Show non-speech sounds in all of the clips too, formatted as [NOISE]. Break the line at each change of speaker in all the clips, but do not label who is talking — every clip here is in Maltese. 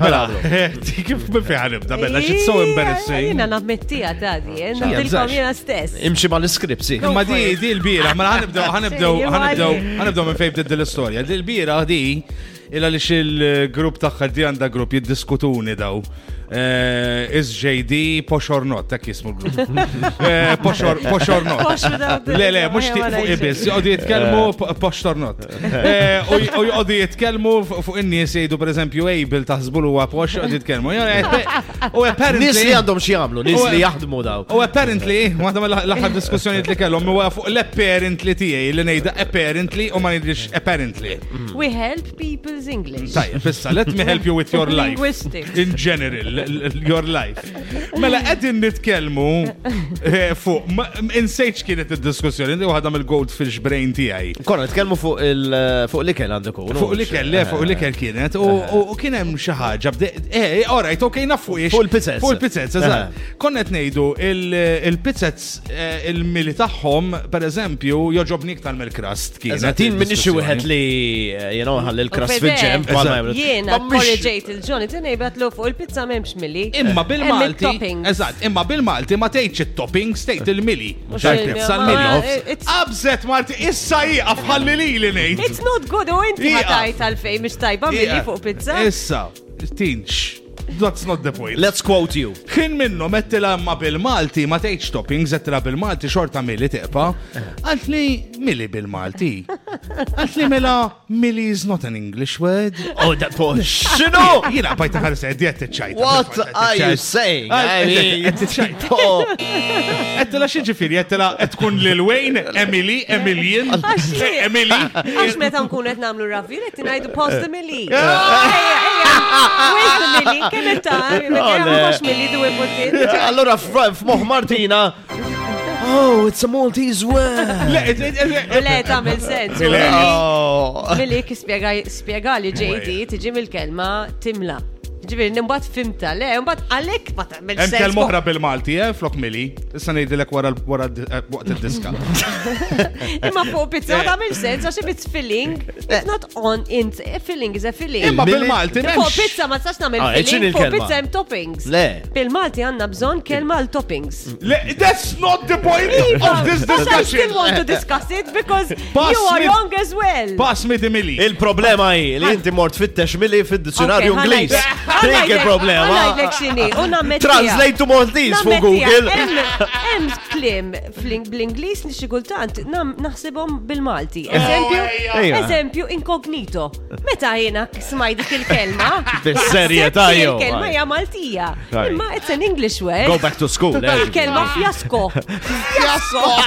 Mela,
ħaladru.
[LAUGHS] kif bifi ħanibda, bella,
إيه،
shit's so embarrassing.
Jina eh? nabmettija tadi,
Xi,
nabdilkom
jabżax.
jena stess.
Imxi ma l-iskript, si.
Ma di, di l-bira, ma ħanibdew, ħanibdew,
Sejjem
ħanibdew,
għalli.
ħanibdew minn fejn bdid l-istorja. Di l-bira di, illa li il-grupp taħħa di għanda grupp jiddiskutuni daw. Eh, Is JD Posh or Not, tak jismu l-grupp. Eh, Posh or Posh or
Posh
Not.
without-
[LAUGHS] Le, le,
[LAUGHS]
mux
Ma
ti-
jema
fuq
lejxin.
ibis, jgħodi jitkelmu po- Posh or Not. Eh, U j- u jgħodi jitkelmu fu- fuq in-nies jgħidu per eżempju Abel taħsbu huwa Posh, jgħodi jitkelmu. U apparently.
Nis li għandhom xie għamlu, nis li jaħdmu daw.
U apparently, għadam l-ħar diskussjoni li kellhom huwa fuq l-apparently tiegħi li ngħidha apparently u ma ngħidlix apparently.
We help people's English.
Tajjeb, issa, let me help you with your life.
Linguistics.
In general, l- l- your life. Mela qegħdin nitkellmu eh, fuq ma- m- insejt kienet id-diskussjoni li waħda mill-goldfish brain tiegħi.
Konna, nitkellmu fuq il- fuq l-ikel Eh, għandu kun.
Fuq li kelle, fuq li kell kienet, u- u
Eh.
u kien hemm xi ħaġa, bde- eh, all right, ok, nafu ix.
Fuq il-pizzazz.
Fuq il-pizzazz, eżatt.
Eh.
Konnet nejdu, il- il-pizzazz, eh, il-mili tagħhom, per eżempju, joġobni iktar mill-krast kienet.
Eżatin minn ixi wieħed
il-diskussjoni.
li, jena, ħalli l-kras
U
fil-ġem.
fede,
bħalma jemlu.
Jiena,
Ma mhix-
korreġejt il-Jonathan, jibbatlu fuq il-pizza memx milli.
Eh.
Imma
Hemm
bil-Malti,
il-toppings.
eżatt, imma bil-Malti ma tgħidx it-topping, stejt il-mili.
Mhux il-mili, ma-
Sal-mili.
it's-
Abżet Marti, issa jieqaf ħalli li li ngħid.
It's not good, u inti ma
Iqa.
tajt għalfej mhix tajba milli
Jieqaf.
fuq pizza.
Issa, tinx. That's not the point.
Let's quote you.
Kien minnu mettila ma bil-Malti, ma tgħidx topping, zettila bil-Malti xorta milli teqpa. Għalt li milli bil-Malti. Għalt li mela milli is not an English word.
Oh, that poor. Xinu!
Jina bajta ħarsa għeddi għed t-ċajta.
What are you saying? I mean, [LAUGHS] oh,
Għettila xieġifiri, għettila għetkun lil-Wayne, Emily, Emilian,
Għax li-
Emily.
Għax meta nkun qed nagħmlu ravir qed ngħidu post milli.
Eh.
Ejja, ejja, where's the milli? Kemm qed
[LAUGHS]
tagħmel?
Oh,
Kemm
le.
għax milli du imbutin.
Allora, f- f'moħ Martina. Oh, it's a Maltese word.
Le, le, le, le.
Le tagħmel sens.
Le, le.
Oh.
Milli ki spiega- spiegali JD tiġi mill-kelma timla. Ġifieri nimbat fimta, le, mbagħad għalhekk ma tagħmel
Hemm
sens.
kell moħra bil-Malti, eh, flok Mili. Issa ngħidilek wara wara d- eh, waqt id-diska.
Imma fuq pizza
Eh.
ma tagħmel sens għax if it's filling, it's not on int. A filling is a filling.
Imma
Milli-
bil-Malti
Fuq
m'hemmx.
pizza ma tistax nagħmel
Ah,
filling,
iċċini
fuq
l-kelma.
pizza hemm toppings.
Le.
Bil-Malti għandna bżonn kelma għal toppings.
Le, That's not the point of this
But I
discussion.
still want to discuss it because
Pass
you are
me-
young as well.
Pass me the Mili.
Il-problema hi li inti mort fit-tex milli fid-dizzjonarju
Okay,
Ingliż.
ħanajt-
Dik
ħanajt
il-problema.
lek xini, u
[LAUGHS]
nammettija.
Translate to Maltese fuq
Nammettija,
Google.
hemm- Hemm klim fling- bl-Inglis li xi kultant nam- naħsibhom bil-Malti.
Eh.
Eżempju,
Ejja.
eżempju inkognito. Meta jiena smaj dik
[LAUGHS]
il-kelma.
Bis-serjetà,
naħseb li
jew,
Il-kelma
għaj.
hija Maltija.
Għaj.
Imma it's an English
Go
word.
back to school. eh.
Il-kelma
[LAUGHS]
fjasko. Fjasko.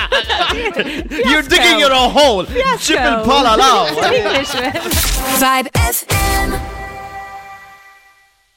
You're digging your own hole. Ġib
Fjasko.
il-pala law.
[LAUGHS]
[LAUGHS]
It's an English word.
Vibe FM.